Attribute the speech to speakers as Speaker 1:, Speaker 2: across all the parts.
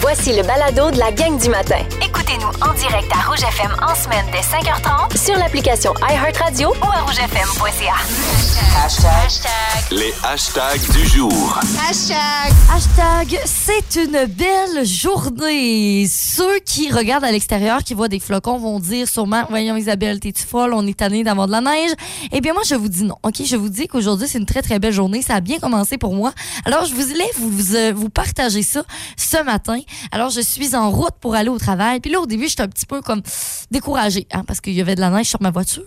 Speaker 1: Voici le balado de la gang du matin. Écoutez-nous en direct à Rouge FM en semaine dès 5h30 sur l'application iHeartRadio ou à rougefm.ca.
Speaker 2: Les hashtags du jour.
Speaker 3: Hashtag, c'est une belle journée. Ceux qui regardent à l'extérieur, qui voient des flocons, vont dire sûrement, voyons Isabelle, t'es-tu folle, on est tanné d'avoir de la neige. Eh bien, moi, je vous dis non. OK, je vous dis qu'aujourd'hui, c'est une très, très belle journée. Ça a bien commencé pour moi. Alors, je voulais vous, vous, euh, vous partager ça ce matin. Alors, je suis en route pour aller au travail. Puis là, au début, j'étais un petit peu comme découragée, hein, parce qu'il y avait de la neige sur ma voiture.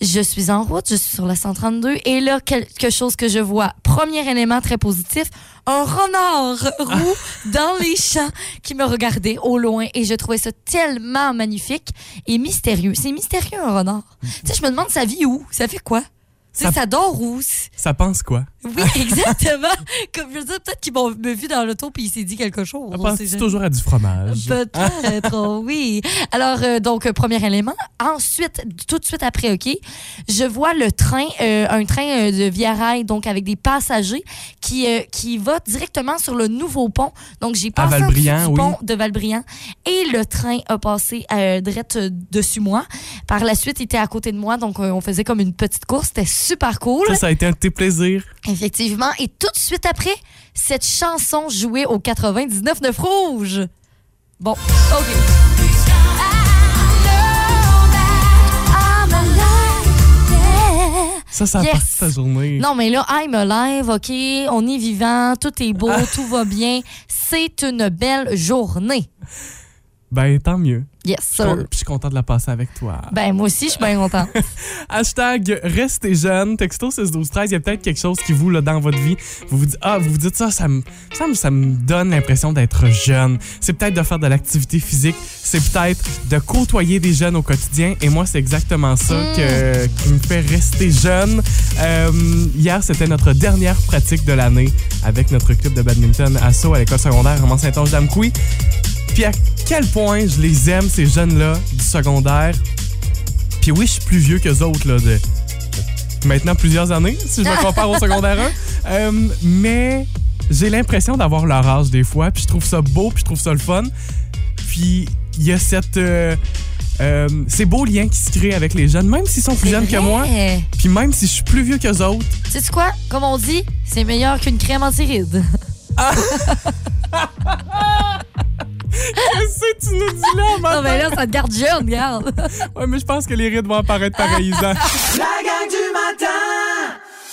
Speaker 3: Je suis en route, je suis sur la 132. Et là, quelque chose que je vois. Premier élément très positif, un renard roux dans les champs qui me regardait au loin et je trouvais ça tellement magnifique et mystérieux. C'est mystérieux un renard. tu sais, je me demande ça vit où, ça fait quoi. Tu sais,
Speaker 4: Ça-
Speaker 3: ça dort où? C'est-
Speaker 4: Ça pense quoi?
Speaker 3: Oui, exactement. Comme je veux dire, peut-être qu'ils m'ont me vu dans l'auto puis il s'est dit quelque chose.
Speaker 4: Ça
Speaker 3: on
Speaker 4: pense
Speaker 3: sait jamais.
Speaker 4: toujours à du fromage.
Speaker 3: Ben, Peut-être, oh oui. Alors, euh, donc, euh, premier élément. Ensuite, tout de suite après, OK, je vois le train, euh, un train euh, de Via Rail, donc avec des passagers, qui, euh, qui va directement sur le nouveau pont. Donc, j'ai
Speaker 4: À
Speaker 3: passé en
Speaker 4: Valbriand,
Speaker 3: dessous du
Speaker 4: oui.
Speaker 3: pont de Valbriand et le train a passé euh, direct euh, dessus moi. Par la suite, il était à côté de moi, donc euh, on faisait comme une petite course. C'était super cool.
Speaker 4: Ça, ça a été un de tes plaisirs.
Speaker 3: Effectivement. Et tout de suite après, cette chanson jouée au 99 9 Rouge. Bon, OK.
Speaker 4: Ça, ça a
Speaker 3: Yes.
Speaker 4: parti ta journée.
Speaker 3: Non, mais là, I'm alive, OK, on est vivant, tout est beau,
Speaker 4: Ah.
Speaker 3: tout va bien. C'est une belle journée.
Speaker 4: Ben, tant mieux.
Speaker 3: Yes,
Speaker 4: Je suis
Speaker 3: sir.
Speaker 4: con- je suis content de la passer avec toi.
Speaker 3: Ben, moi aussi, je suis bien contente.
Speaker 4: Hashtag restez jeune, texto 6 12 13 il y a peut-être quelque chose qui vous, là, dans votre vie, vous vous dites, ah, vous vous dites ça, ça me, ça me, ça me donne l'impression d'être jeune. C'est peut-être de faire de l'activité physique, c'est peut-être de côtoyer des jeunes au quotidien, et moi, c'est exactement ça que, qui me fait rester jeune. Euh, hier, c'était notre dernière pratique de l'année avec notre club de badminton à Sceaux à l'école secondaire à Mont-Saint-Onge d'Amqui. Puis à quel point je les aime, ces jeunes-là du secondaire. Puis oui, je suis plus vieux qu'eux autres, là, de maintenant plusieurs années, si je me compare au secondaire 1. Euh, mais j'ai l'impression d'avoir leur âge des fois, puis je trouve ça beau, puis je trouve ça le fun. Puis il y a cette... euh, euh, ces beaux liens qui se créent avec les jeunes, même s'ils sont plus jeunes que moi,
Speaker 3: Hey,
Speaker 4: puis même si je suis plus vieux qu'eux autres,
Speaker 3: Eh, Sais-tu quoi? Comme on dit, c'est meilleur qu'une crème anti-rides.
Speaker 4: Qu'est-ce que tu nous dis Ah, ben là,
Speaker 3: Non,
Speaker 4: maman?
Speaker 3: mais là, ça te garde jeune, regarde.
Speaker 4: Ouais, mais je pense que les rides vont apparaître pareil. Isa.
Speaker 5: La gang du matin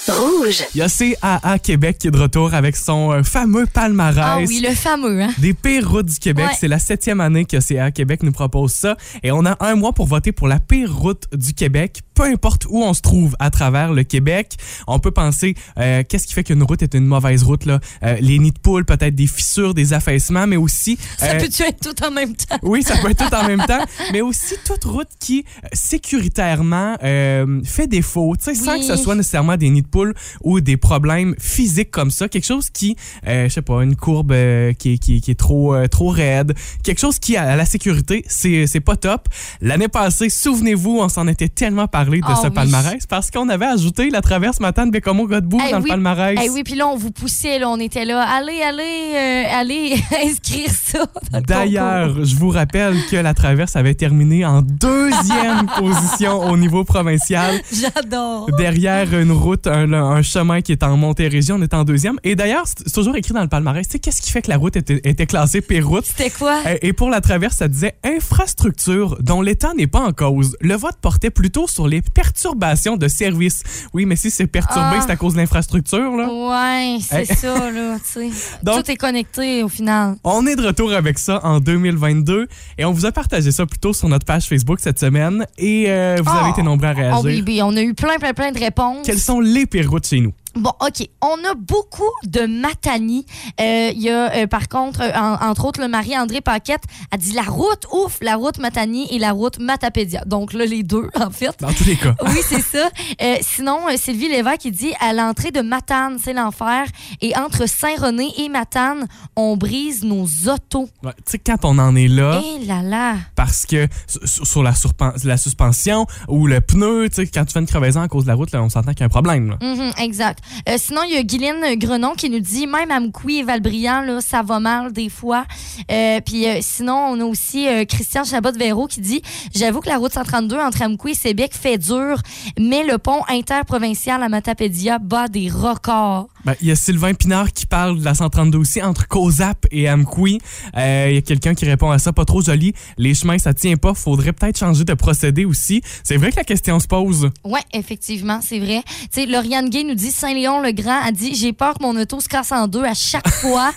Speaker 1: Rouge.
Speaker 4: Il y a CAA Québec qui est de retour avec son euh, fameux palmarès.
Speaker 3: Ah oui, le fameux, hein?
Speaker 4: Des pires routes du Québec.
Speaker 3: Ouais.
Speaker 4: C'est la septième année que CA Québec nous propose ça. Et on a un mois pour voter pour la pire route du Québec, peu importe où on se trouve à travers le Québec. On peut penser, euh, qu'est-ce qui fait qu'une route est une mauvaise route? Là? Euh, les nids de poules, peut-être des fissures, des affaissements, mais aussi...
Speaker 3: Ça
Speaker 4: euh,
Speaker 3: peut-tu être tout en même temps?
Speaker 4: oui, ça peut être tout en même temps, mais aussi toute route qui euh, sécuritairement euh, fait défaut, tu sais, sans
Speaker 3: Oui.
Speaker 4: que ce soit nécessairement des nids de poules ou des problèmes physiques comme ça, quelque chose qui, euh, je sais pas, une courbe euh, qui, est- qui est- qui est trop euh, trop raide, quelque chose qui à la sécurité, c'est c'est pas top. L'année passée, souvenez-vous, on s'en était tellement parlé de
Speaker 3: Ah
Speaker 4: ce
Speaker 3: oui.
Speaker 4: palmarès parce qu'on avait ajouté la traverse matin de Bécomo Godbout
Speaker 3: Eh
Speaker 4: dans
Speaker 3: oui.
Speaker 4: le palmarès.
Speaker 3: Eh oui, puis là, on vous poussait, là, on était là. Allez, allez, euh, allez inscrire ça dans le concours.
Speaker 4: D'ailleurs, je vous rappelle que la traverse avait terminé en deuxième position au niveau provincial.
Speaker 3: J'adore.
Speaker 4: Derrière une route, un, un chemin qui est en Montérégie, on est en deuxième. Et d'ailleurs, c'est c'est toujours écrit dans le palmarès, tu sais, qu'est-ce qui fait que la route était, était classée pire route?
Speaker 3: C'était quoi?
Speaker 4: Et et pour la traverse, ça disait infrastructure dont l'État n'est pas en cause. Le vote portait plutôt sur les perturbations de service. Oui, mais si c'est perturbé,
Speaker 3: Ah.
Speaker 4: c'est à cause de l'infrastructure, là.
Speaker 3: Ouais, c'est
Speaker 4: Eh.
Speaker 3: ça, là, tu sais.
Speaker 4: Donc-
Speaker 3: Tout est connecté au final.
Speaker 4: On est de retour avec ça en 2022 et on vous a partagé ça plutôt sur notre page Facebook cette semaine et euh, vous avez
Speaker 3: Oh.
Speaker 4: été nombreux à réagir.
Speaker 3: Oh oui, oui, on a eu plein, plein, plein de réponses.
Speaker 4: Quelles sont les pires routes chez nous?
Speaker 3: Bon, OK. On a beaucoup de Matani. Euh, Il y a, euh, par contre, euh, en- entre autres, le Marie-André Paquette a dit la route, ouf, la route Matani et la route Matapédia. Donc là, les deux, en fait.
Speaker 4: Dans tous les cas.
Speaker 3: Oui, c'est ça. Euh, sinon, euh, Sylvie Lévesque, qui dit à l'entrée de Matane, c'est l'enfer. Et entre Saint-René et Matane, on brise nos autos.
Speaker 4: Ouais, tu sais, quand on en est
Speaker 3: Eh
Speaker 4: là,
Speaker 3: là là.
Speaker 4: parce que sur- sur sur la, surpen- la suspension ou le pneu, tu sais, quand tu fais une crevaison à cause de la route, là, on s'entend qu'il y a un problème. là.
Speaker 3: Mhm, exact. Euh, sinon, il y a Guylaine Grenon qui nous dit même à Mkoui et Valbriand, là, ça va mal des fois. Euh, puis euh, sinon, on a aussi euh, Christian Chabot-Véro qui dit J'avoue que la route 132 entre Amkoui et Sébec fait dur, mais le pont interprovincial à Matapédia bat des records.
Speaker 4: Ben, Il y a Sylvain Pinard qui parle de la 132 aussi entre Cozap et Amqui. Euh, Il y a quelqu'un qui répond à ça, pas trop joli. Les chemins, ça tient pas. Faudrait peut-être changer de procédé aussi. C'est vrai que la question se pose.
Speaker 3: Oui, effectivement, c'est vrai. Tu sais, Lauriane Gay nous dit Saint-Léon-le-Grand a dit J'ai peur que mon auto se casse en deux à chaque fois.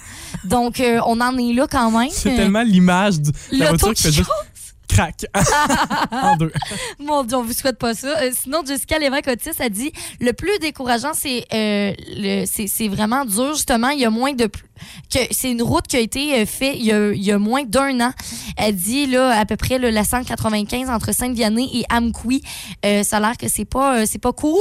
Speaker 3: Donc, euh, on en est là quand même.
Speaker 4: C'est tellement l'image du- de la
Speaker 3: L'auto
Speaker 4: voiture qui fait
Speaker 3: qui
Speaker 4: juste crac en deux.
Speaker 3: Mon Dieu, on vous souhaite pas ça. Euh, sinon, Jessica Lévin-Cotis a dit le plus décourageant, c'est euh, le- c'est c'est vraiment dur, justement. Il y a moins de. pl- que C'est une route qui a été euh, faite il y a, il y a moins d'un an. Elle dit, là, à peu près, là, la 195 entre Sainte-Vianney et Amqui. Euh, ça a l'air que c'est pas, euh, c'est pas cool.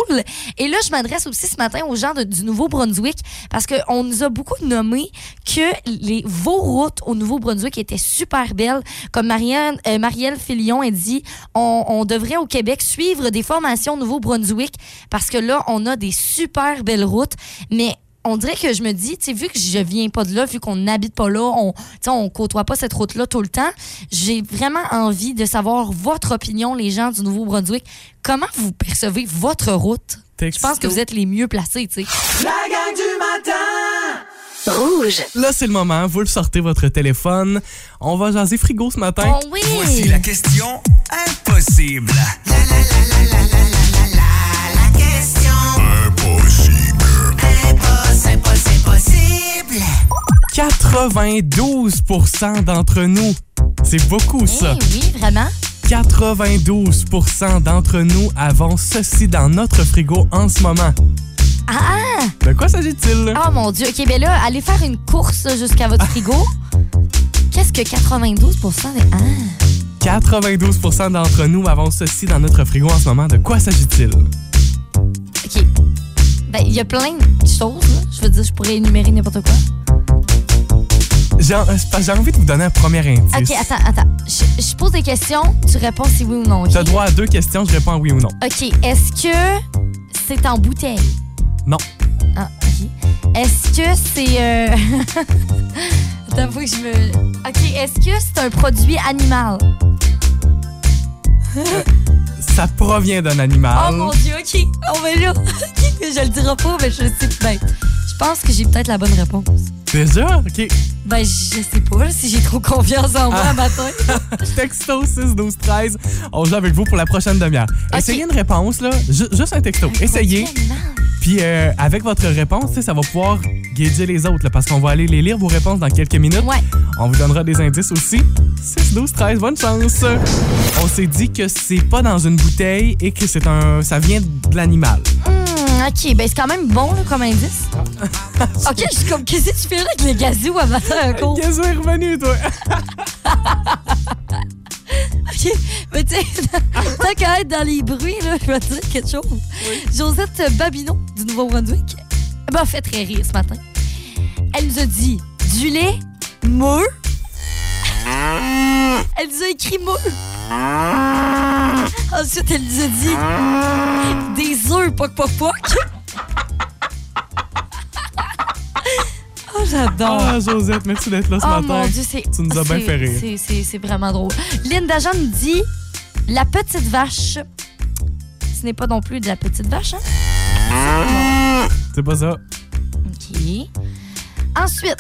Speaker 3: Et là, je m'adresse aussi ce matin aux gens de- du Nouveau-Brunswick parce qu'on nous a beaucoup nommé que les, vos routes au Nouveau-Brunswick étaient super belles. Comme Marianne, euh, Marielle Filion a dit, on, on devrait au Québec suivre des formations au Nouveau-Brunswick parce que là, on a des super belles routes. Mais on dirait que je me dis, tu sais, vu que je viens pas de là, vu qu'on n'habite pas là, on, tu sais, on côtoie pas cette route-là tout le temps, j'ai vraiment envie de savoir votre opinion, les gens du Nouveau-Brunswick. Comment vous percevez votre route? Je pense que vous êtes les mieux placés, tu sais.
Speaker 5: La gang du matin!
Speaker 1: Rouge.
Speaker 4: Là, c'est le moment. Vous le sortez votre téléphone. On va jaser frigo ce matin.
Speaker 3: Oh oui!
Speaker 6: Voici la question impossible. La la la la la la la la la la question impossible. Impossible, impossible, impossible.
Speaker 4: 92 d'entre nous. C'est beaucoup,
Speaker 3: Eh
Speaker 4: ça.
Speaker 3: oui, vraiment.
Speaker 4: 92 d'entre nous avons ceci dans notre frigo en ce moment.
Speaker 3: Ah,
Speaker 4: De quoi s'agit-il?
Speaker 3: ah, oh mon Dieu. OK, ben là, allez faire une course jusqu'à votre frigo. Qu'est-ce que 92 des... Ah.
Speaker 4: 92 d'entre nous avons ceci dans notre frigo en ce moment. De quoi s'agit-il?
Speaker 3: OK. Ben, il y a plein de choses, là. Je veux dire, je pourrais énumérer n'importe quoi.
Speaker 4: J'ai euh, c'est parce que j'ai envie de vous donner un premier indice.
Speaker 3: OK, attends, attends. Je, je pose des questions, tu réponds si oui ou non, OK?
Speaker 4: T'as droit à deux questions, je réponds oui ou non.
Speaker 3: OK, est-ce que c'est en bouteille?
Speaker 4: Non.
Speaker 3: Ah, OK. Est-ce que c'est... Euh... attends, faut que je me... OK, est-ce que c'est un produit animal?
Speaker 4: Ça provient d'un animal.
Speaker 3: Oh mon Dieu, OK. On va là. OK, je le dirai pas, mais je sais ben, Je pense que j'ai peut-être la bonne réponse.
Speaker 4: Déjà? OK.
Speaker 3: Ben, je sais pas là, si j'ai trop confiance en moi
Speaker 4: Ah.
Speaker 3: un matin.
Speaker 4: Texto 6 12 13. On joue avec vous pour la prochaine demi-heure.
Speaker 3: Ok.
Speaker 4: Essayez une réponse là, Ju- juste un texto. Essayez. Puis euh, avec votre réponse, tu sais, ça va pouvoir guider les autres là, parce qu'on va aller les lire vos réponses dans quelques minutes.
Speaker 3: Ouais.
Speaker 4: On vous donnera des indices aussi. 6 12 13. Bonne chance. On s'est dit que c'est pas dans une bouteille et que c'est un ça vient de l'animal.
Speaker 3: Hmm, ok, ben c'est quand même bon là, comme indice. ok, je suis comme, qu'est-ce que tu fais là avec les gazous avant un cours?
Speaker 4: Qu'est-ce que est revenu toi
Speaker 3: Ok, mais tu sais, tant qu'à être dans les bruits, là, je vais te dire quelque chose. Josette Babineau du Nouveau-Brunswick m'a fait très rire ce matin. Elle nous a dit du lait, mou. Elle nous a écrit mou. Ensuite, elle nous a dit des œufs, poc poc poc. oh, j'adore.
Speaker 4: Ah Josette, merci d'être là ce
Speaker 3: Oh
Speaker 4: matin.
Speaker 3: mon Dieu, c'est.
Speaker 4: Tu nous as bien
Speaker 3: c'est-
Speaker 4: fait rire.
Speaker 3: c'est- C'est c'est vraiment drôle. Linda Jean nous dit La petite vache. Ce n'est pas non plus de la petite vache, hein?
Speaker 4: C'est pas ça.
Speaker 3: OK. Ensuite,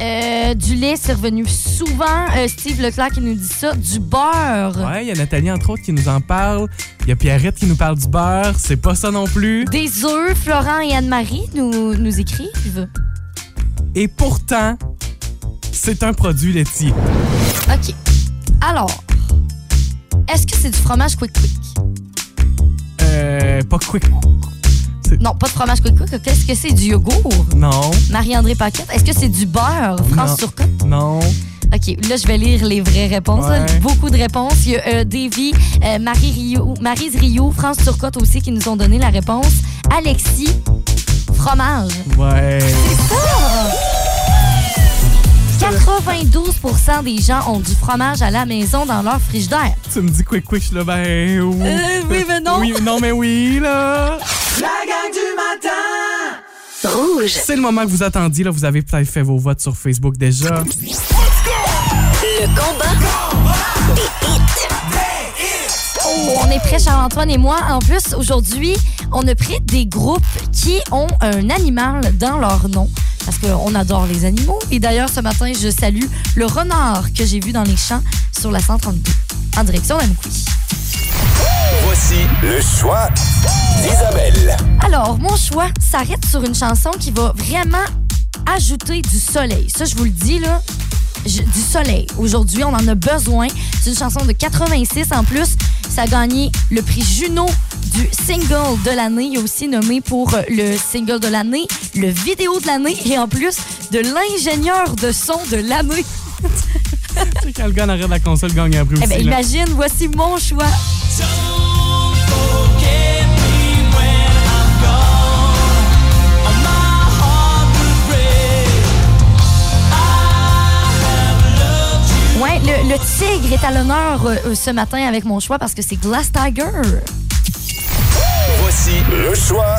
Speaker 3: euh, du lait, c'est revenu souvent. Euh, Steve Leclerc qui nous dit ça. Du beurre.
Speaker 4: Ouais, il y a Nathalie entre autres qui nous en parle. Il y a Pierrette qui nous parle du beurre. C'est pas ça non plus.
Speaker 3: Des œufs, Florent et Anne-Marie nous, nous écrivent.
Speaker 4: Et pourtant, c'est un produit laitier.
Speaker 3: OK. Alors, est-ce que c'est du fromage quick quick?
Speaker 4: Euh, pas quick.
Speaker 3: Non, pas de fromage quick quick. OK. Est-ce que c'est du yogourt?
Speaker 4: Non,
Speaker 3: Marie-André Paquette, est-ce que c'est du beurre?
Speaker 4: Non.
Speaker 3: France Turcotte?
Speaker 4: non.
Speaker 3: OK, là, je vais lire les vraies réponses. là.
Speaker 4: Ouais.
Speaker 3: Beaucoup de réponses. Il y a euh, Davy, euh, Marie Rio, Marise Rio, France Turcotte aussi qui nous ont donné la réponse. Alexis, fromage.
Speaker 4: Ouais.
Speaker 3: 92 des gens ont du fromage à la maison dans leur frigidaire.
Speaker 4: Tu me dis quick, quick, je suis là, ben. oui.
Speaker 3: Euh, oui, mais non.
Speaker 4: Oui, non, mais oui, là.
Speaker 5: La gang du matin!
Speaker 1: Rouge.
Speaker 4: C'est le moment que vous attendiez. Là, vous avez peut-être fait vos votes sur Facebook déjà.
Speaker 1: Le combat.
Speaker 3: On est prêts, Charles-Antoine et moi. En plus, aujourd'hui, on a pris des groupes qui ont un animal dans leur nom. Parce qu'on adore les animaux. Et d'ailleurs, ce matin, je salue le renard que j'ai vu dans les champs sur la 132 en direction d'Amqui.
Speaker 2: Voici le choix d'Isabelle.
Speaker 3: Alors, mon choix s'arrête sur une chanson qui va vraiment ajouter du soleil. Ça, je vous le dis, là, j- du soleil. Aujourd'hui, on en a besoin. C'est une chanson de 86 en plus. Ça a gagné le prix Juno du single de l'année. Il est aussi nommé pour euh, le single de l'année, le vidéo de l'année et en plus de l'ingénieur de son de l'année.
Speaker 4: Tu sais, quand le gars en arrière de la console gagne un prix
Speaker 3: Eh bien,
Speaker 4: aussi. là.
Speaker 3: imagine, voici mon choix. Ouais, le, le tigre est à l'honneur euh, euh, ce matin avec mon choix parce que c'est Glass Tiger.
Speaker 2: Voici le choix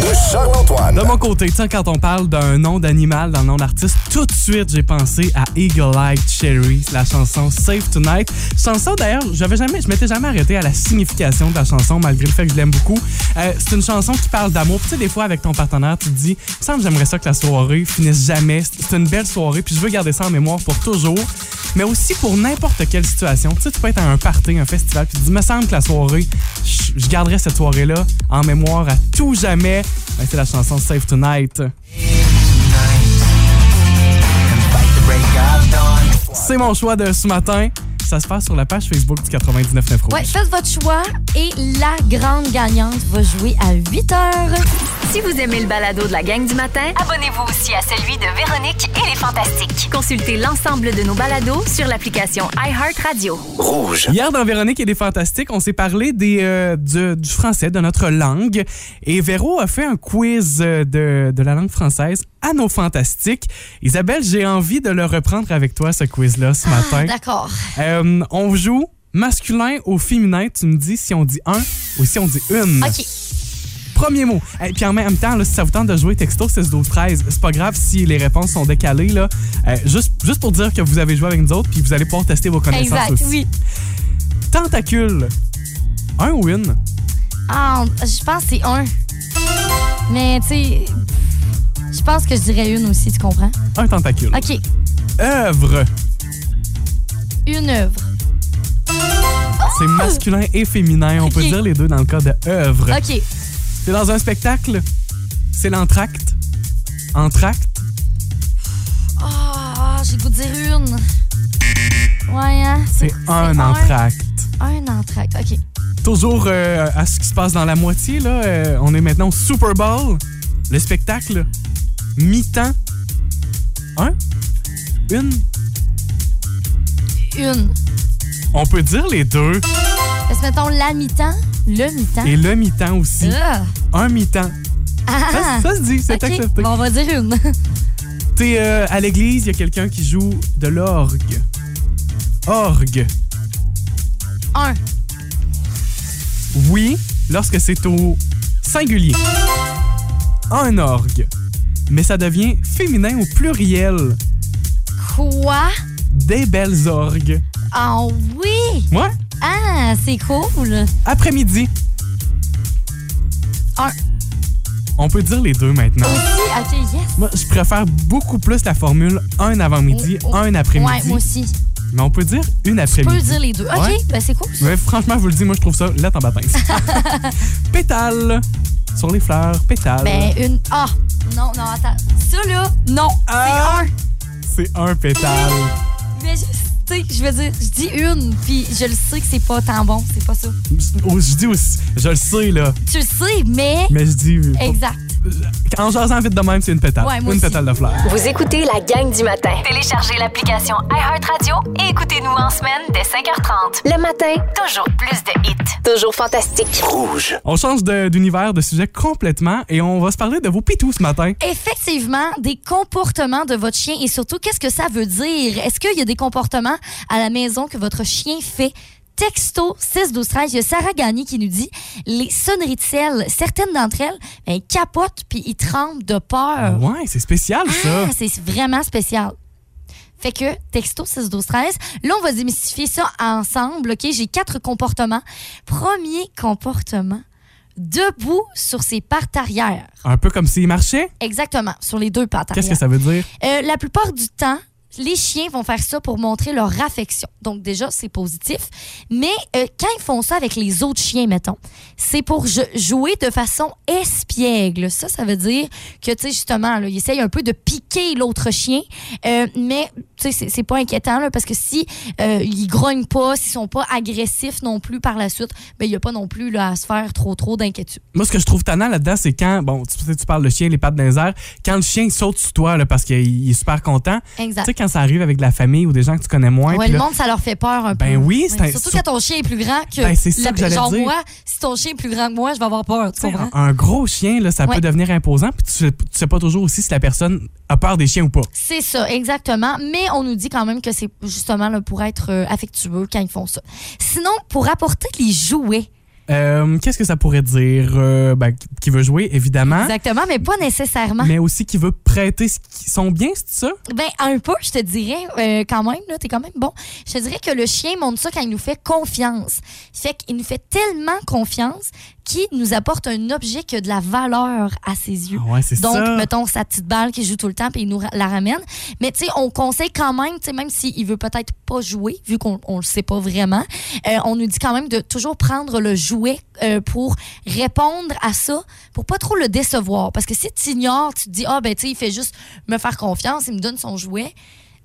Speaker 2: de Charles-Antoine.
Speaker 4: De mon côté, tu sais, quand on parle d'un nom d'animal dans le nom d'artiste, tout de suite, j'ai pensé à Eagle Eyed Cherry, la chanson Safe Tonight. Chanson, d'ailleurs, j'avais jamais, je m'étais jamais arrêté à la signification de la chanson, malgré le fait que je l'aime beaucoup. Euh, c'est une chanson qui parle d'amour. Puis Tu sais, des fois, avec ton partenaire, tu te dis, il me semble que j'aimerais ça que la soirée finisse jamais. C'est une belle soirée, puis je veux garder ça en mémoire pour toujours. Mais aussi pour n'importe quelle situation. Tu sais, tu peux être à un party, un festival, puis tu te dis, me semble que la soirée, je je garderai cette soirée-là en mémoire à tout jamais. Ben, c'est la chanson Save Tonight. C'est mon choix de ce matin. Ça se passe sur la page Facebook du 99.9 Rouge.
Speaker 3: Ouais, faites votre choix et la grande gagnante va jouer à 8 heures.
Speaker 1: Si vous aimez le balado de la gang du matin, abonnez-vous aussi à celui de Véronique et les Fantastiques. Consultez l'ensemble de nos balados sur l'application iHeartRadio.
Speaker 2: Rouge.
Speaker 4: Hier, dans Véronique et les Fantastiques, on s'est parlé des, euh, du, du français, de notre langue. Et Véro a fait un quiz euh, de, de la langue française à nos Fantastiques. Isabelle, j'ai envie de le reprendre avec toi, ce quiz-là, ce matin.
Speaker 3: Ah, D'accord.
Speaker 4: Euh, on joue masculin au féminin. Tu me dis si on dit un ou si on dit une.
Speaker 3: OK.
Speaker 4: Premier mot. Et puis en même temps, là, si ça vous tente de jouer texto 16 12 13, c'est pas grave si les réponses sont décalées. Là. Euh, juste, juste pour dire que vous avez joué avec nous autres, puis vous allez pouvoir tester vos connaissances
Speaker 3: Exact,
Speaker 4: aussi.
Speaker 3: oui.
Speaker 4: Tentacule. Un ou une?
Speaker 3: Ah, on- je pense que c'est un. Mais tu sais, je pense que je dirais une aussi, tu comprends?
Speaker 4: Un tentacule.
Speaker 3: OK,
Speaker 4: Œuvre.
Speaker 3: une œuvre.
Speaker 4: C'est masculin et féminin. On peut
Speaker 3: Oh! Ok.
Speaker 4: dire les deux dans le cas de œuvre.
Speaker 3: OK,
Speaker 4: C'est dans un spectacle. C'est l'entracte. Entracte.
Speaker 3: Ah, j'ai le goût de dire une. Ouais, hein?
Speaker 4: C'est un entracte.
Speaker 3: Un entracte. OK.
Speaker 4: Toujours euh, à ce qui se passe dans la moitié, là, euh, on est maintenant au Super Bowl, le spectacle, mi-temps. Un, une.
Speaker 3: Une.
Speaker 4: On peut dire les deux
Speaker 3: Parce que mettons la mi-temps, le mi-temps.
Speaker 4: et le mi-temps aussi.
Speaker 3: Ah.
Speaker 4: Un mi-temps.
Speaker 3: Ah.
Speaker 4: Ça, ça se dit, c'est
Speaker 3: OK.
Speaker 4: accepté.
Speaker 3: Bon, on va dire une.
Speaker 4: T'es euh, à l'église, il y a quelqu'un qui joue de l'orgue. Orgue.
Speaker 3: un.
Speaker 4: Oui, lorsque c'est au singulier. Un orgue. Mais ça devient féminin au pluriel.
Speaker 3: Quoi?
Speaker 4: Des belles orgues.
Speaker 3: Ah oui!
Speaker 4: Moi?
Speaker 3: Ah, c'est cool!
Speaker 4: Après-midi.
Speaker 3: Un.
Speaker 4: On peut dire les deux maintenant.
Speaker 3: Aussi, ok, yes!
Speaker 4: Moi, je préfère beaucoup plus la formule un avant-midi,
Speaker 3: Oh, oh.
Speaker 4: un
Speaker 3: Ouais,
Speaker 4: après-midi.
Speaker 3: moi aussi.
Speaker 4: mais on peut dire une
Speaker 3: Je peux
Speaker 4: après-midi.
Speaker 3: dire les deux. Ok,
Speaker 4: Ouais.
Speaker 3: ben c'est cool. ça.
Speaker 4: Mais franchement, je vous le dis, moi, je trouve ça là en baptême. pétale. Sur les fleurs, pétale.
Speaker 3: Ben une. Ah! Non, non, attends. Ça là, non!
Speaker 4: Ah! C'est un pétale.
Speaker 3: Mais je- tu sais, je veux dire, je dis une, puis je le sais que c'est pas tant bon, c'est pas ça.
Speaker 4: Oh, Je dis aussi, je le sais, là,
Speaker 3: Tu le sais, mais.
Speaker 4: mais je dis.
Speaker 3: Exact.
Speaker 4: En jasant vite de même, c'est une pétale.
Speaker 3: Ouais,
Speaker 4: une
Speaker 3: moi aussi.
Speaker 4: pétale de fleurs.
Speaker 1: Vous écoutez la gang du matin. Téléchargez l'application iHeartRadio et écoutez-nous en semaine dès 5h30. Le matin, toujours plus de hits. Toujours fantastique.
Speaker 2: Rouge.
Speaker 4: On change de- d'univers, de sujet complètement, et on va se parler de vos pitous ce matin.
Speaker 3: Effectivement, des comportements de votre chien et surtout, qu'est-ce que ça veut dire? Est-ce qu'il y a des comportements à la maison que votre chien fait? texto 6 12 13 il y a Sarah Gagné qui nous dit les sonneries de sel, certaines d'entre elles, ben, ils capotent puis ils tremblent de peur.
Speaker 4: Ouais, c'est spécial ça.
Speaker 3: Oh. Ah, c'est vraiment spécial. Fait que, texto 6 12 13 là, on va démystifier ça ensemble, OK? J'ai quatre comportements. Premier comportement, debout sur ses pattes arrière.
Speaker 4: Un peu comme s'il marchait.
Speaker 3: Exactement, sur les deux pattes
Speaker 4: Qu'est-ce
Speaker 3: arrière.
Speaker 4: que ça veut dire?
Speaker 3: Euh, la plupart du temps, les chiens vont faire ça pour montrer leur affection. Donc déjà, c'est positif. Mais euh, quand ils font ça avec les autres chiens, mettons, c'est pour je- jouer de façon espiègle. Ça, ça veut dire que, tu sais, justement, là, ils essayent un peu de piquer l'autre chien. Euh, mais, tu sais, c'est- c'est pas inquiétant, là, parce que si euh, ils grognent pas, s'ils sont pas agressifs non plus par la suite, ben, il y a pas non plus là, à se faire trop, trop d'inquiétude.
Speaker 4: Moi, ce que je trouve tannant là-dedans, c'est quand, bon, tu sais, tu parles de chien, les pattes dans les airs, quand le chien saute sur toi là, parce qu'il il est super content, tu
Speaker 3: Exact.
Speaker 4: sais, quand ça arrive avec de la famille ou des gens que tu connais moins,
Speaker 3: Ouais,
Speaker 4: puis
Speaker 3: le
Speaker 4: là,
Speaker 3: monde, ça leur fait peur un
Speaker 4: Ben
Speaker 3: peu.
Speaker 4: oui, c'est
Speaker 3: Ouais,
Speaker 4: un-
Speaker 3: Surtout
Speaker 4: sur-
Speaker 3: quand ton chien est plus grand que.
Speaker 4: Ben, c'est ça que j'allais
Speaker 3: Genre,
Speaker 4: dire.
Speaker 3: moi, si ton chien est plus grand que moi, je vais avoir peur. Tu
Speaker 4: tu sais,
Speaker 3: comprends?
Speaker 4: un, un gros chien, là, ça
Speaker 3: Ouais.
Speaker 4: peut devenir imposant, puis tu, sais- tu sais pas toujours aussi si la personne a peur des chiens ou pas.
Speaker 3: C'est ça, exactement. Mais on nous dit quand même que c'est justement là, pour être euh, affectueux quand ils font ça. Sinon, pour apporter les jouets.
Speaker 4: Euh, Qu'est-ce que ça pourrait dire? Euh, ben, qui veut jouer, évidemment,
Speaker 3: Exactement, mais pas nécessairement.
Speaker 4: Hein? mais aussi qui veut prêter ce qui- son bien, c'est ça?
Speaker 3: Ben, un peu, je te dirais, euh, quand même, là, t'es quand même bon. Je te dirais que le chien montre ça quand il nous fait confiance. Fait qu'il nous fait tellement confiance qu'il nous apporte un objet qui a de la valeur à ses yeux.
Speaker 4: Ah ouais, c'est
Speaker 3: Donc,
Speaker 4: ça.
Speaker 3: mettons sa petite balle qui joue tout le temps, puis il nous ra- la ramène. Mais tu sais, on conseille quand même, tu sais, même s'il veut peut-être pas jouer, vu qu'on on le sait pas vraiment, euh, on nous dit quand même de toujours prendre le jouet euh, pour répondre à ça, pour pas trop le décevoir. Parce que si tu ignores, tu te dis, ah ben tu sais, il fait juste me faire confiance, il me donne son jouet.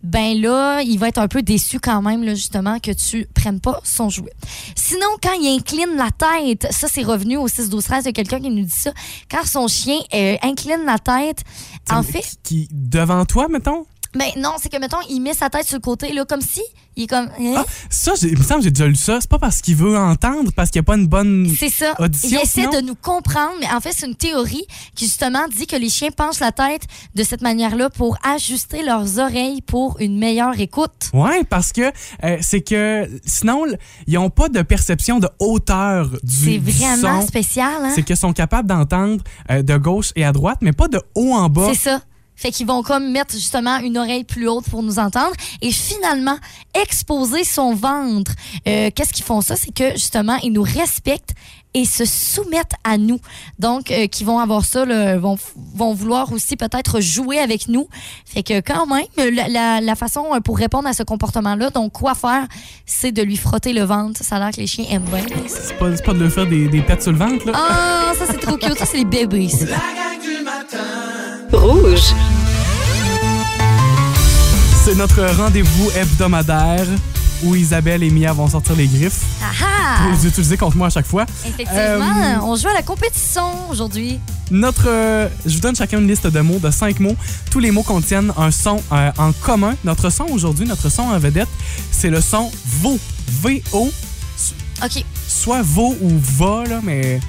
Speaker 3: Ben là, il va être un peu déçu quand même, là, justement, que tu prennes pas son jouet. Sinon, quand il incline la tête, ça, c'est revenu au 6-12-13 de quelqu'un qui nous dit ça. Quand son chien euh, incline la tête, en fait,
Speaker 4: Qui, qui- devant toi, mettons?
Speaker 3: ben non, c'est que, mettons, il met sa tête sur le côté, là, comme si, il est comme... hein?
Speaker 4: Ah, ça, j'ai- il me semble que j'ai déjà lu ça. C'est pas parce qu'il veut entendre, parce qu'il n'y a pas une bonne.
Speaker 3: C'est ça.
Speaker 4: Audition,
Speaker 3: il essaie
Speaker 4: sinon?
Speaker 3: de nous comprendre, mais en fait, c'est une théorie qui justement dit que les chiens penchent la tête de cette manière-là pour ajuster leurs oreilles pour une meilleure écoute.
Speaker 4: Ouais, parce que euh, c'est que sinon, l- ils n'ont pas de perception de hauteur
Speaker 3: C'est
Speaker 4: du, du
Speaker 3: vraiment
Speaker 4: son.
Speaker 3: spécial, hein?
Speaker 4: C'est qu'ils sont capables d'entendre euh, de gauche et à droite, mais pas de haut en bas.
Speaker 3: C'est ça. Fait qu'ils vont comme mettre justement une oreille plus haute pour nous entendre et finalement exposer son ventre. Euh, Qu'est-ce qu'ils font ça? C'est que justement, ils nous respectent et se soumettent à nous. Donc, euh, qui vont avoir ça, là, vont, vont vouloir aussi peut-être jouer avec nous. Fait que quand même, la, la- la façon euh, pour répondre à ce comportement-là, donc quoi faire, c'est de lui frotter le ventre. Ça a l'air que les chiens aiment bien.
Speaker 4: C'est pas, c'est pas de le faire des, des pattes sur le ventre, là.
Speaker 3: Ah, ça c'est trop cute. Ça, c'est les bébés. ça.
Speaker 5: La gang du matin.
Speaker 1: Rouge.
Speaker 4: C'est notre rendez-vous hebdomadaire où Isabelle et Mia vont sortir les griffes
Speaker 3: Ah ah!
Speaker 4: pour les utiliser contre moi à chaque fois. Euh,
Speaker 3: Effectivement, on joue à la compétition aujourd'hui.
Speaker 4: Notre, euh, je vous donne chacun une liste de mots, de cinq mots. Tous les mots contiennent un son euh, en commun. Notre son aujourd'hui, notre son en vedette, c'est le son VO. V-O,
Speaker 3: OK.
Speaker 4: soit VO ou VA, là, mais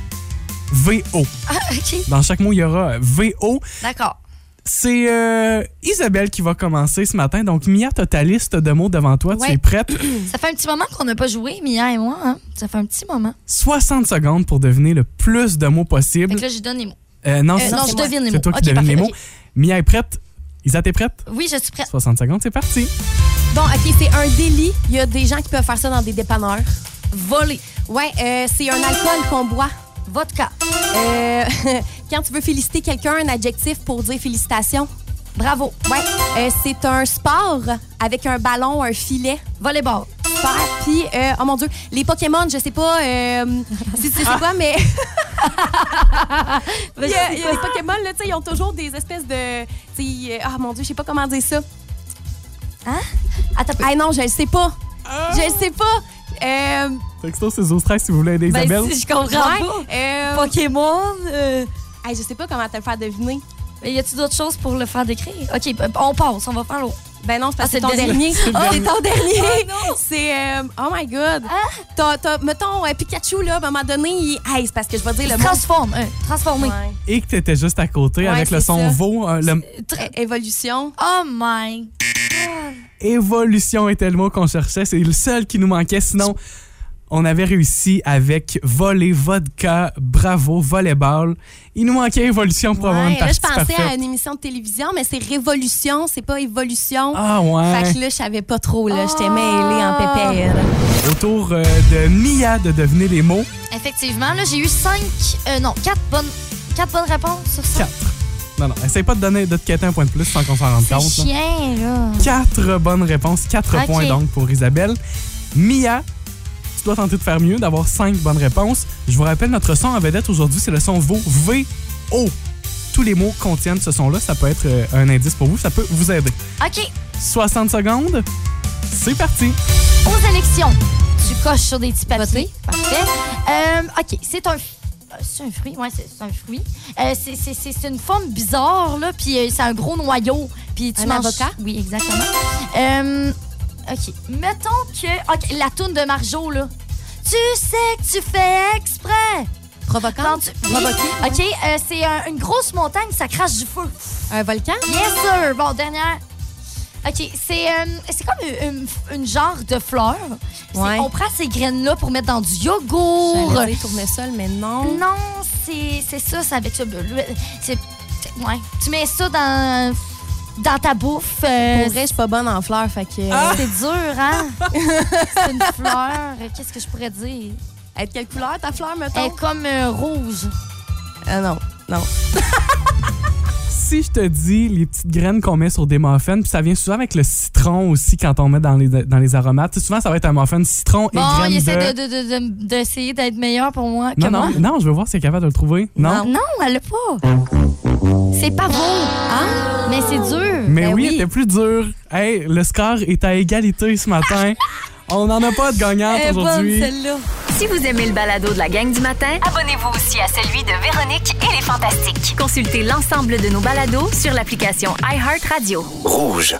Speaker 4: VO.
Speaker 3: Ah, OK.
Speaker 4: Dans chaque mot, il y aura euh, VO.
Speaker 3: D'accord.
Speaker 4: C'est euh, Isabelle qui va commencer ce matin. Donc, Mia, tu ta liste de mots devant toi.
Speaker 3: Ouais.
Speaker 4: Tu es prête?
Speaker 3: Ça fait un petit moment qu'on n'a pas joué, Mia et moi. Hein? Ça fait un petit moment.
Speaker 4: 60 secondes pour deviner le plus de mots
Speaker 3: Fait
Speaker 4: possible.
Speaker 3: que là, je donne les mots.
Speaker 4: Euh, non,
Speaker 3: Euh,
Speaker 4: c'est-
Speaker 3: non, je
Speaker 4: c'est-
Speaker 3: devine les
Speaker 4: C'est
Speaker 3: mots.
Speaker 4: toi qui
Speaker 3: Ok,
Speaker 4: devines
Speaker 3: parfait,
Speaker 4: les mots.
Speaker 3: ok.
Speaker 4: Mia est prête? Isa, t'es prête?
Speaker 3: Oui, je suis prête.
Speaker 4: 60 secondes, c'est parti.
Speaker 7: Bon, OK, c'est un délit. Il y a des gens qui peuvent faire ça dans des dépanneurs.
Speaker 3: Voler.
Speaker 7: Ouais, euh, c'est un alcool qu'on boit.
Speaker 3: Vodka.
Speaker 7: Euh, quand tu veux féliciter quelqu'un, un adjectif pour dire félicitations.
Speaker 3: Bravo.
Speaker 7: Ouais, euh, c'est un sport avec un ballon, un filet.
Speaker 3: Volleyball.
Speaker 7: Super. Puis, euh, oh mon Dieu, les Pokémon, je sais pas euh, si tu sais quoi, mais il y a, il y a les Pokémon, là, tu sais, ils ont toujours des espèces de... tu sais, Ah mon Dieu, je sais pas comment dire ça.
Speaker 3: Attends.
Speaker 7: Ah non, je le sais pas. Je le sais pas. Euh,
Speaker 4: Texto, c'est Zostra si vous voulez aider
Speaker 3: Ben,
Speaker 4: Isabelle.
Speaker 3: si, je comprends
Speaker 7: ouais, euh,
Speaker 3: pas. Pokémon. euh,
Speaker 7: Hey, je sais pas comment te le faire deviner.
Speaker 3: Mais y a-tu d'autres choses pour le faire décrire? OK, ben, on passe. On va faire l'autre.
Speaker 7: Ben non, c'est parce
Speaker 3: Ah,
Speaker 7: que
Speaker 3: c'est
Speaker 7: c'est
Speaker 3: le
Speaker 7: ton dernier.
Speaker 3: dernier.
Speaker 7: Oh, c'est ton dernier. C'est euh, oh my god.
Speaker 3: Ah.
Speaker 7: T'as- t'as- mettons euh, Pikachu là, à un moment donné, il... hey, c'est parce que je vais dire le mot.
Speaker 3: Transforme. euh, transformer.
Speaker 7: Ouais.
Speaker 4: Et que t'étais juste à côté
Speaker 7: Ouais,
Speaker 4: avec le
Speaker 7: c'est
Speaker 4: son
Speaker 7: ça.
Speaker 4: veau. euh, le-
Speaker 3: Tra-
Speaker 7: É- Évolution.
Speaker 3: Oh my.
Speaker 4: Évolution était le mot qu'on cherchait. C'est le seul qui nous manquait. Sinon, on avait réussi avec voler, vodka, bravo, volleyball. Il nous manquait évolution pour avoir
Speaker 7: Ouais,
Speaker 4: une
Speaker 7: là, je
Speaker 4: partie
Speaker 7: pensais à
Speaker 4: parfaite.
Speaker 7: une émission de télévision, mais c'est Révolution, c'est pas Évolution.
Speaker 4: Ah ouais.
Speaker 7: Fait que là, je savais pas trop, là.
Speaker 3: Ah.
Speaker 7: J'étais mêlée en pépère.
Speaker 4: Autour euh, de Mia de devenir les mots.
Speaker 3: Effectivement, là, j'ai eu cinq, euh, non, quatre bonnes, quatre bonnes réponses sur ça.
Speaker 4: 4. Non, non, essaye pas de donner de te quêter un point de plus sans qu'on s'en rende
Speaker 3: C'est
Speaker 4: compte. là.
Speaker 3: chien, là.
Speaker 4: Quatre bonnes réponses, quatre
Speaker 3: Ok.
Speaker 4: points donc pour Isabelle. Mia, tu dois tenter de faire mieux, d'avoir cinq bonnes réponses. Je vous rappelle, notre son en vedette aujourd'hui, c'est le son VO. V O. Tous les mots contiennent ce son-là. Ça peut être euh, un indice pour vous, ça peut vous aider.
Speaker 3: OK,
Speaker 4: 60 secondes, c'est parti.
Speaker 3: aux élections, tu coches sur des petits papiers. Parfait. Euh, OK, c'est un... euh, C'est un fruit, ouais, c'est c'est un fruit. Euh, c'est- c'est- c'est c'est une forme bizarre, là, puis euh, c'est un gros noyau. Puis tu
Speaker 7: Un
Speaker 3: manges-
Speaker 7: avocat?
Speaker 3: Oui, exactement. Euh, OK, mettons que... OK, la toune de Marjo, là. Tu sais que tu fais exprès. Quand
Speaker 7: Provocante?
Speaker 3: tu...
Speaker 7: Provoquée?
Speaker 3: OK, euh, c'est un- une grosse montagne, ça crache du feu.
Speaker 7: Un volcan?
Speaker 3: Yes, sir. Bon, dernière. OK, c'est euh, c'est comme une, une- une genre de fleur. C'est-
Speaker 7: Ouais.
Speaker 3: On prend ces graines-là pour mettre dans du yogourt.
Speaker 7: J'allais dire tournesol, mais non.
Speaker 3: Non, c'est c'est ça, c'est avec ça. le- c'est- Ouais. Tu mets ça dans, dans ta bouffe. euh,
Speaker 7: Pour vrai, Ah! je suis pas bonne en fleurs, fait que...
Speaker 3: c'est dur, hein? c'est une fleur. Qu'est-ce que je pourrais dire?
Speaker 7: Elle est de euh, quelle couleur, ta fleur,
Speaker 3: Elle
Speaker 7: mettons?
Speaker 3: est comme euh, rouge.
Speaker 7: Ah non, non.
Speaker 4: Si je te dis les petites graines qu'on met sur des muffins, puis ça vient souvent avec le citron aussi quand on met dans les, dans les aromates. Tu sais, souvent, ça va être un muffin citron et
Speaker 3: Bon,
Speaker 4: graines
Speaker 3: il essaie d'essayer
Speaker 4: de...
Speaker 3: de, de, de- d'essayer d'être meilleur pour moi que
Speaker 4: Non,
Speaker 3: moi.
Speaker 4: non, non, je veux voir si elle est capable de le trouver. Non?
Speaker 3: Non, elle l'a pas. C'est pas beau. Hein? Mais c'est dur.
Speaker 4: Mais
Speaker 7: Ben
Speaker 4: oui,
Speaker 7: oui.
Speaker 4: c'était plus dur. Hey, le score est à égalité ce matin. On n'en a pas de gagnante
Speaker 7: Eh,
Speaker 3: Elle est bonne,
Speaker 4: aujourd'hui.
Speaker 3: celle-là.
Speaker 1: Si vous aimez le balado de la gang du matin, abonnez-vous aussi à celui de Véronique et les Fantastiques. Consultez l'ensemble de nos balados sur l'application iHeartRadio.
Speaker 2: Rouge.